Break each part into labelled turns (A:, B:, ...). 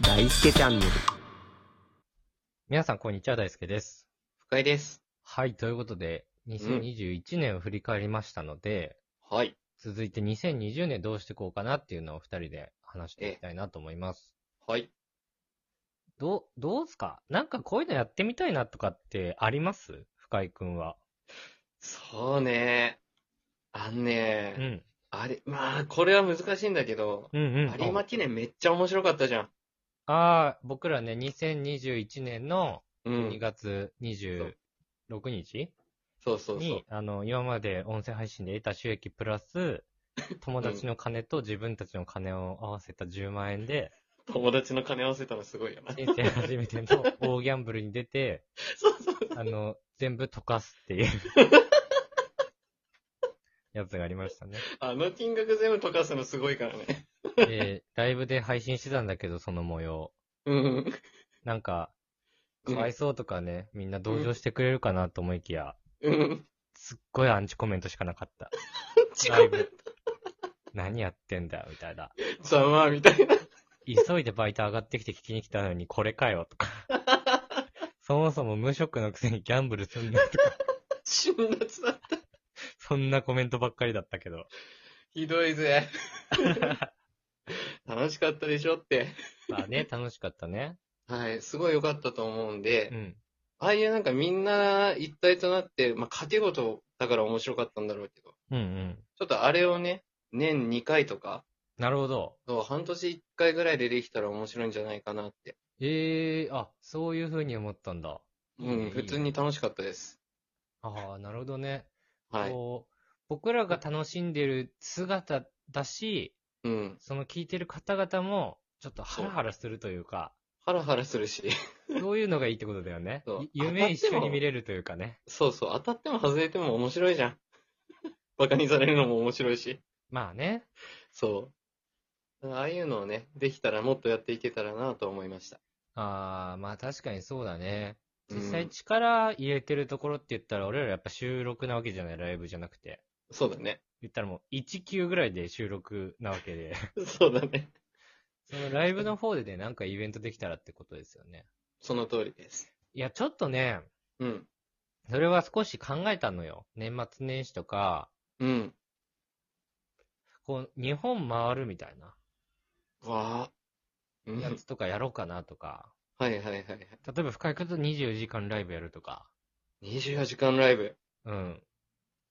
A: 大輔チャンネル。
B: 皆さん、こんにちは。大輔です。
C: 深井です。
B: はい、ということで、2021年を振り返りましたので、
C: はい。
B: 続いて2020年どうしていこうかなっていうのをお二人で話していきたいなと思います。
C: はい。
B: どう、どうですかなんかこういうのやってみたいなとかってあります深井くんは。
C: そうね。あんね、
B: うん。
C: あれ、まあ、これは難しいんだけど、
B: うんうん。
C: 有馬記念めっちゃ面白かったじゃん。
B: ああ、僕らね、2021年の
C: う
B: 2
C: ん。
B: 月26日
C: そうそうそう
B: に。、あの、今まで音声配信で得た収益プラス、友達の金と自分たちの金を合わせた10万円で、
C: 友達の金合わせたのすごいよ な。
B: 人生初めての大ギャンブルに出て、
C: そうそう。
B: あの、全部溶かすっていう やつがありましたね。
C: あの金額全部溶かすのすごいからね。
B: で、ライブで配信してたんだけど、その模様。
C: うん。
B: なんか、かわいそうとかね、みんな同情してくれるかなと思いきや、
C: うん。
B: すっごいアンチコメントしかなかった。
C: チ
B: ライ
C: コ
B: ブ。何やってんだよ、みたいな。
C: ざまあみたいな。
B: 急いでバイト上がってきて聞きに来たのに、これかよ、とか。そもそも無職のくせにギャンブルすんな、とか。
C: 辛辣だ。
B: そんなコメントばっかりだったけど。
C: ひどい ぜ。楽しかったでしょって。
B: まあね、楽しかったね。
C: はい。すごい良かったと 思うんで、
B: うん。
C: ああいうなんかみんな一体となって、まあ、賭け事だから面白かったんだろうけど、
B: うんうん。
C: ちょっとあれをね、年2回とか、
B: なるほど。
C: そう半年1回ぐらいでできたら面白いんじゃないかなって。
B: ええあ、そういうふうに思ったんだ。
C: うん、
B: いいね
C: 普通に。楽しかったです。
B: ああ、なるほどね。
C: はい。
B: こう、僕らが楽しんでる姿だし、
C: うん。
B: その聞いてる方々も、ちょっとハラハラするというか、
C: ハラハラするし、
B: そういうのがいいってことだよね
C: そう。
B: い夢一緒に見れるというかね。
C: そうそう、当たっても外れても面白いじゃん。 バカにされるのも面白いし。
B: まあね。
C: そう。ああいうのをね、できたらもっとやっていけたらなと思いました。
B: ああ、まあ確かにそうだね。
C: うん
B: 実際力入れてるところって言ったら、俺らやっぱ収録なわけじゃない、ライブじゃなくて。
C: そうだね。
B: 言ったらもう1級ぐらいで収録なわけで、
C: そうだね。
B: そのライブの方でね、なんかイベントできたらってことですよね。
C: その通りです。
B: いや、ちょっとね、
C: うん。
B: それは少し考えたのよ。年末年始とか、
C: うん。
B: こう、日本回るみたいな
C: わあ。うん
B: やつとかやろうかなとか、
C: はいはいはいはい。
B: 例えば深井君と24時間ライブやるとか、
C: 24時間ライブ。
B: うん。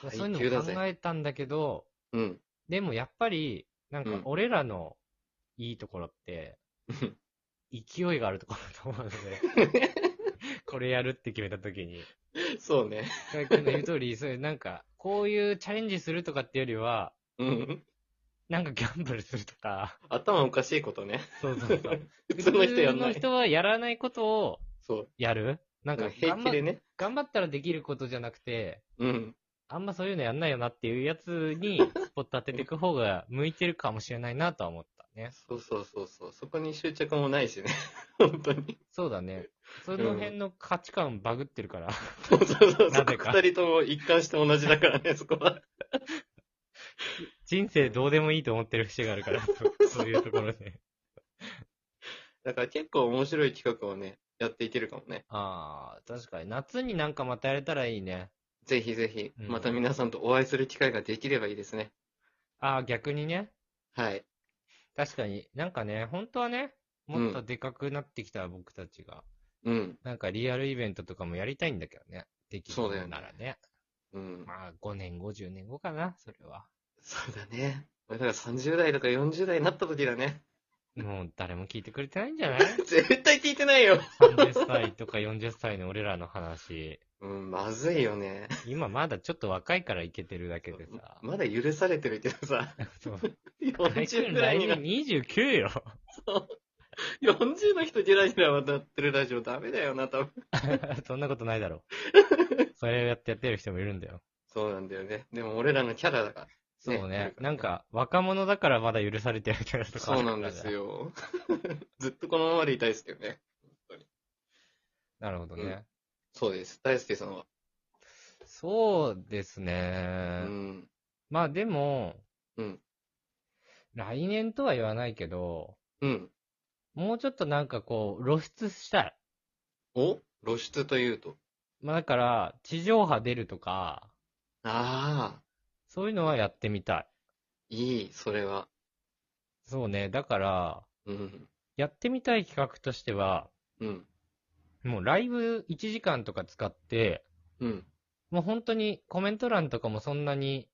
B: そう
C: 耐
B: いう
C: 久
B: の
C: だ
B: も
C: ぜ
B: 考えたんだけど、
C: うん。
B: でもやっぱり、なん
C: う
B: か
C: ん
B: 俺らのいいところって、勢いがあるところだと思うので、 これやるって決めた時に。
C: そうね。
B: 深井君の言う通り、そういうなんか、こういうチャレンジするとかってよりは、
C: うん。
B: なんかギャンブルすると か、
C: 頭おかしいことね。
B: そうそうそう。
C: 普通の人やんな
B: 普通の
C: い。
B: 人はやらないことを
C: そう。
B: やるなんか
C: 平
B: 頑
C: 気
B: 張
C: で
B: っ、
C: ね。
B: 頑張ったらできることじゃなくて、
C: うん。
B: あんまそういうのやんないよなっていうやつ に、スポット当てていく方が向いてるかもしれないなとは思ったね。
C: そうそうそうそう。そこに執着もないしね。 本当に。
B: そうだね。その辺の価値観バグってる から、
C: そうそうそう。
B: なぜか
C: 二人とも一貫して同じだからね、そこは。
B: 人生どうでもいいと思ってる節があ るから、そそういうところで。
C: だから結構面白い企画をね、やっていけるかもね。
B: ああ、確かに。夏になんかまたやれたらいいね。
C: ぜひぜひ、
B: うん
C: また皆さんとお会いする機会ができればいいですね。
B: ああ、逆にね。
C: はい。
B: 確かに。なんかね、本当はね、もっとでかくなってきた僕たちが。
C: うん。
B: なんかリアルイベントとかもやりたいんだけどね。できる
C: そうだよね
B: ならね。
C: うん。
B: まあ、5年、50年後かな、それは。
C: そうだね。俺らが30代とか40代になった時だね。
B: もう誰も聞いてくれてないんじゃない
C: 絶対聞いてないよ。
B: ?30 歳とか40歳の俺らの話。
C: うん、まずいよね。
B: 今まだちょっと若いからいけてるだけでさ。
C: まだ許されてるけど さ、
B: そう。来
C: 40ぐらいに な
B: 年、29よ。
C: 40の人ぐらいには渡ってるラジオダメだよな、多分。
B: そんなことな いだろう。それをやってやってる人もいるんだよ。
C: そうなんだよね。でも俺らのキャラだから。
B: そうね。
C: ね
B: なんか、若者だからまだ許されてるみたいなとこあ
C: そ
B: る
C: う
B: か
C: な
B: ら
C: ん
B: ね
C: です。よ。 ずっとこのままでいたいですけどね。
B: なるほどね。
C: うんそうです。大輔さんは。
B: そうです
C: う
B: ね。
C: ん。
B: まあでも、
C: うん
B: 来年とは言わないけど、
C: うん。
B: もうちょっとなんかこう、露出したい。
C: お露出というと。
B: まあだから、地上波出るとか、
C: ああ、
B: そういうのはやってみたい。
C: いい、それは。
B: そうね。だから、
C: うん。
B: やってみたい企画としては、
C: うん。
B: もうライブ1時間とか使って、
C: うん。
B: もう本当にコメント欄とかもそんなに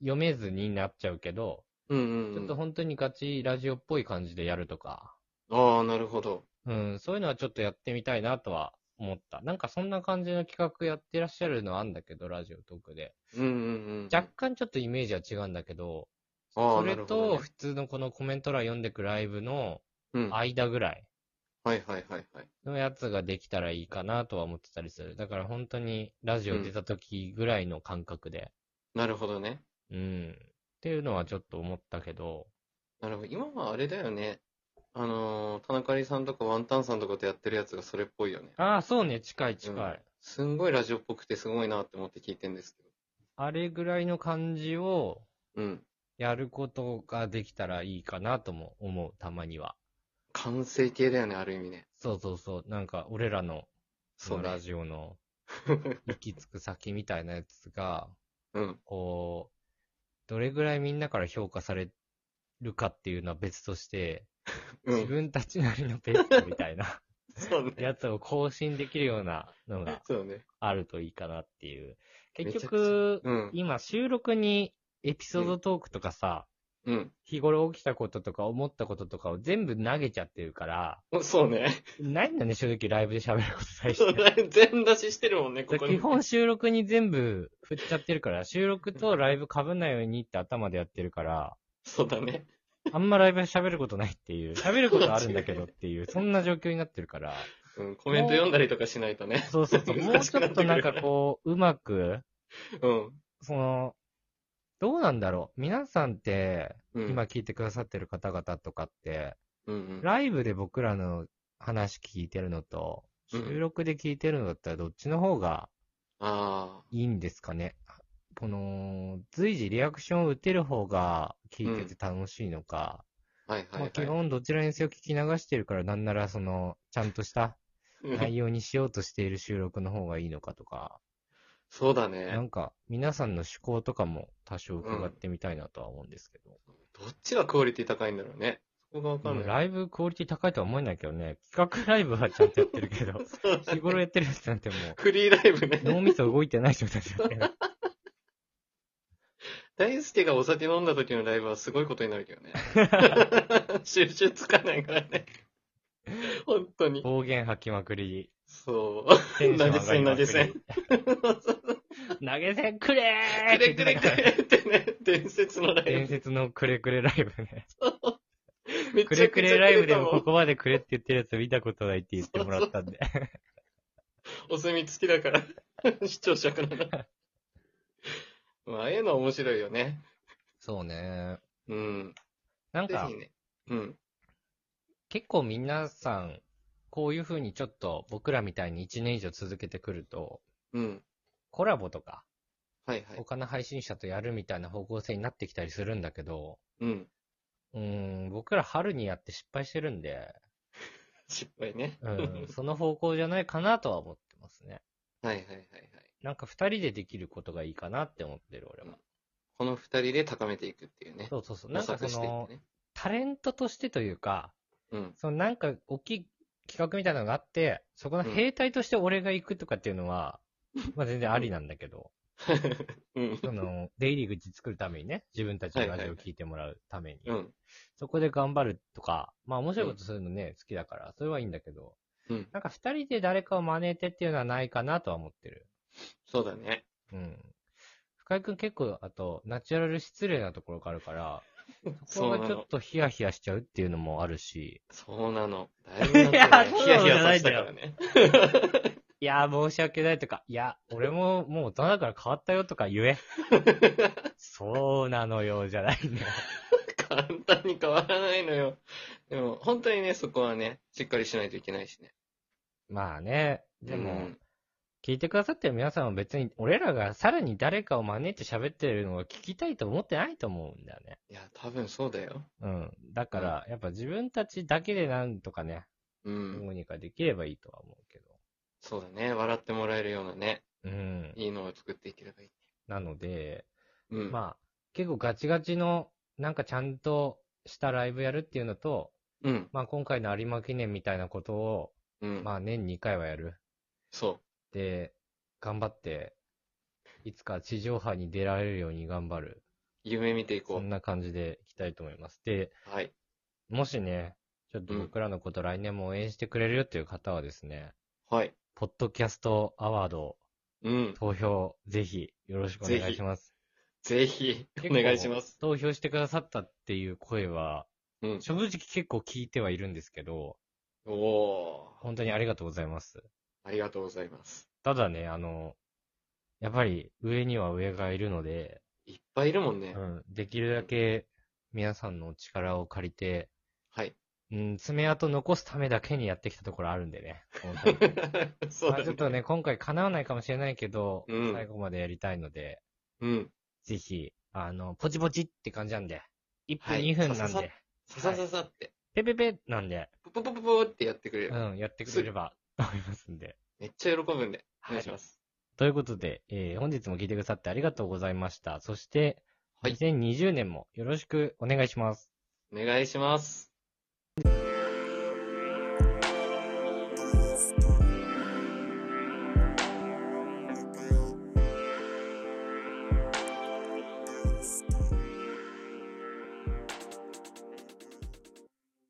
B: 読めずになっちゃうけど、
C: うんうん、
B: ち
C: う
B: ょっ
C: ん。
B: と本当にガチラジオっぽい感じでやるとか、
C: ああ、なるほど。
B: うん、そういうのはちょっとやってみたいなとは思った。なんかそんな感じの企画やってらっしゃるのあんだけど、ラジオトークで。
C: うんうんうん。
B: 若干ちょっとイメージは違うんだけど、
C: ああ、
B: そ
C: な
B: れ
C: るほど
B: と
C: ね
B: 普通のこのコメント欄読んでくライブの
C: うん。はい
B: 間ぐらい
C: はいはいはい。
B: のやつができたらいいかなとは思ってたりする。だから本当にラジオ出た時ぐらいの感覚で、
C: なるほどね。
B: うん、っていうのはちょっと思ったけど、
C: なるほど。今はあれだよね。あのー、田中里さんとかワンタンさんとかとやってるやつがそれっぽいよね。
B: ああ、そうね、近い近い。
C: うんすんごいラジオっぽくてすごいなって思って聞いてんですけ
B: あれぐらいの感じを
C: ど。うん。
B: やることができたらいいかなとも思う、たまには。
C: 完成形だよね、ある意味ね。
B: そうそうそう、なんか俺らの、そ
C: そう
B: の
C: ね
B: ラジオ の行き着く先みたいなやつが、
C: うん。
B: こう、どれぐらいみんなから評価されるかっていうのは別として、
C: う
B: 自
C: ん。
B: 分たちなりのベストみたいな
C: そうね。
B: やつを更新できるようなのが
C: そうね。
B: あるといいかなっていう。結
C: めちゃく
B: 局、
C: うん。
B: 今収録にエピソードトークとかさ、
C: うん。
B: 日頃起きたこととか思ったこととかを全部投げちゃってるから、
C: おそうね。
B: ないんだね、正直ライブで喋ること最
C: そう
B: 初。
C: ね 全出ししてるもんね、ここに。
B: 基本収録に全部振っちゃってるから、収録とライブ被んないようにって頭でやってるから、
C: そうだね。
B: あんまライブで喋ることないっていう、喋ることあるんだけどっていう、そんな状況になってるから、
C: うん。コメント読んだりとかしないとね。
B: そうそうそう、もうちょっとなんかこう、うまく、
C: うん。
B: その、どうなんだろう皆さんって、
C: うん。
B: 今聞いてくださってる方々とかって、
C: うんうん。
B: ライブで僕らの話聞いてるのと、
C: うん
B: 収録で聞いてるのだったらどっちの方が
C: あ
B: いいんですかねこの、随時リアクションを打てる方が聞いてて楽しいのか、
C: あ。はいはい
B: ま
C: は
B: あ
C: い。
B: 基本どちらにせよ聞き流してるから、なんならその、ちゃんとした
C: うん
B: 内容にしようとしている収録の方がいいのかとか、
C: そうだ
B: な
C: ね。
B: んか皆さんの趣向とかも多少伺ってみたいなとは思うんですけど。
C: どっちがクオリティ高いんだろうね。そこがわかん
B: でも
C: ない。、
B: ライブクオリティ高いとは思えないけどね、企画ライブはちゃんとやってるけど
C: そうだ
B: 日
C: ね
B: 頃やってるやつなんてもう、
C: フリーライブね。
B: 脳みそ動いてない状態だよね。
C: 大輔がお酒飲んだ時のライブはすごいことになるけど ね。収集つかないからね。本当に。
B: 暴言吐きま くり。
C: そう。
B: テンション上がりまく
C: 投げ
B: り
C: 銭
B: 投げ銭くれ
C: く
B: ー
C: れくれくれってね、伝説のライ
B: 伝
C: ブ。
B: 説のくれくれライブ ね。
C: め
B: くれくれライブでもこ
C: こ
B: こまでくれって言ってるやつ見たことないって言ってもらったんで。
C: お墨付きだから。視聴者からな。まあ、ああいうのは面白いよね。
B: そうね。
C: うん。
B: なん
C: ぜ
B: か
C: ひ、ね。うん。
B: 結構皆さん、こういう風にちょっと僕らみたいに1年以上続けてくると、
C: うん。
B: コラボとか、
C: はいはい。
B: 他の配信者とやるみたいな方向性になってきたりするんだけど、
C: うん。
B: うーん、僕ら春にやって失敗してるんで、
C: 失敗ね。
B: うん、その方向じゃないかなとは思ってますね。
C: はいはいはいはい。
B: なんか二人でできることがいいかなって思ってる俺は。
C: この二人で高めていくっていうね。
B: そうそうそう。
C: 模
B: なんか
C: 索
B: そ
C: していっ
B: の
C: て、ね。
B: タレントとしてというか、
C: うん。
B: そのなんか大きい企画みたいなのがあって、そこの兵隊として俺が行くとかっていうの は、まあ全然ありなんだけど、
C: うん。
B: その、出入り口作るためにね、自分たちのラジオを聞いてもらうために、
C: うん。
B: そこで頑張るとか、まあ面白いことするのね、好きだから、それはいいんだけど、
C: うん。
B: なんか二人で誰かを真似てっていうのはないかなとは思ってる。
C: そうだね。
B: うん。深井くん結構、あと、ナチュラル失礼なところがあるから、そこ
C: そう
B: が
C: な
B: ちょ
C: の
B: っ。とヒヤヒヤしちゃうっていうのもあるし、
C: そうなの。だいぶなんかね
B: いや
C: ヒヤヒヤさせたからね。
B: いやー申し訳ないとか、いや、俺ももう大人だから変わったよとか言 え。そうなのよ、じゃないんだよ。
C: 簡単に変わらないのよ。でも、本当にね、そこはね、しっかりしないといけないしね。
B: まあね、でも、
C: うん
B: 聞いてくださってる皆さんは別に、俺らがさらに誰かを招いて喋ってるのを聞きたいと思ってないと思うんだよね。
C: いや、多分そうだよ。
B: うん。だから、やっぱ自分たちだけでなんとかね、
C: う
B: ど
C: ん。
B: うにかできればいいとは思うけど。
C: そうだね。笑ってもらえるようなね、
B: うん。
C: いいのを作っていければいい。
B: なので、
C: うん。
B: まあ、結構ガチガチの、なんかちゃんとしたライブやるっていうのと、
C: うん。
B: まあ今回の有馬記念みたいなことを、
C: うん。
B: まあ年2回はやる。
C: そ
B: で、頑張って、いつか地上波に出られるように頑張る。
C: う。夢見てい
B: そ
C: こ
B: んな感じでいきたいと思います。で、
C: う。はい。
B: もしね、ちょっと僕らのこと来年も応援してくれるよっていう方はですね、
C: はい。
B: ポッドキャストアワード
C: うん。
B: 投票ぜひよろしくお願いします。
C: ぜひ、お願いします。
B: 投票してくださったっていう声は、
C: うん。
B: 正直結構聞いてはいるんですけど、
C: おお
B: 本当にありがとうございます。
C: ー。ありがとうございます。
B: ただね、あの、やっぱり上には上がいるので、
C: いっぱいいるもんね
B: う。ん、できるだけ皆さんのお力を借りて、
C: はい。
B: うん、爪痕残すためだけにやってきたところあるんでね。本当 に
C: そう
B: まあ
C: だ
B: ちょっと
C: ね。
B: ね、今回叶わないかもしれないけど、
C: うん
B: 最後までやりたいので、
C: うん。
B: ぜひ、あの、ポチポチって感じなんで、1分、
C: はい
B: 2分な
C: さ
B: ん
C: ささ
B: で、
C: ささささって、
B: ペペペなんで、
C: ポポポポポってやってくれ
B: う
C: る。
B: ん、やってくれればと思いますんで。
C: めっちゃ喜ぶんで。お
B: は
C: 願
B: い
C: いし。ます。
B: ということで、えー本日も聞いてくださってありがとうございました。そして、
C: はい
B: 2020年もよろしくお願いします。
C: お願いします。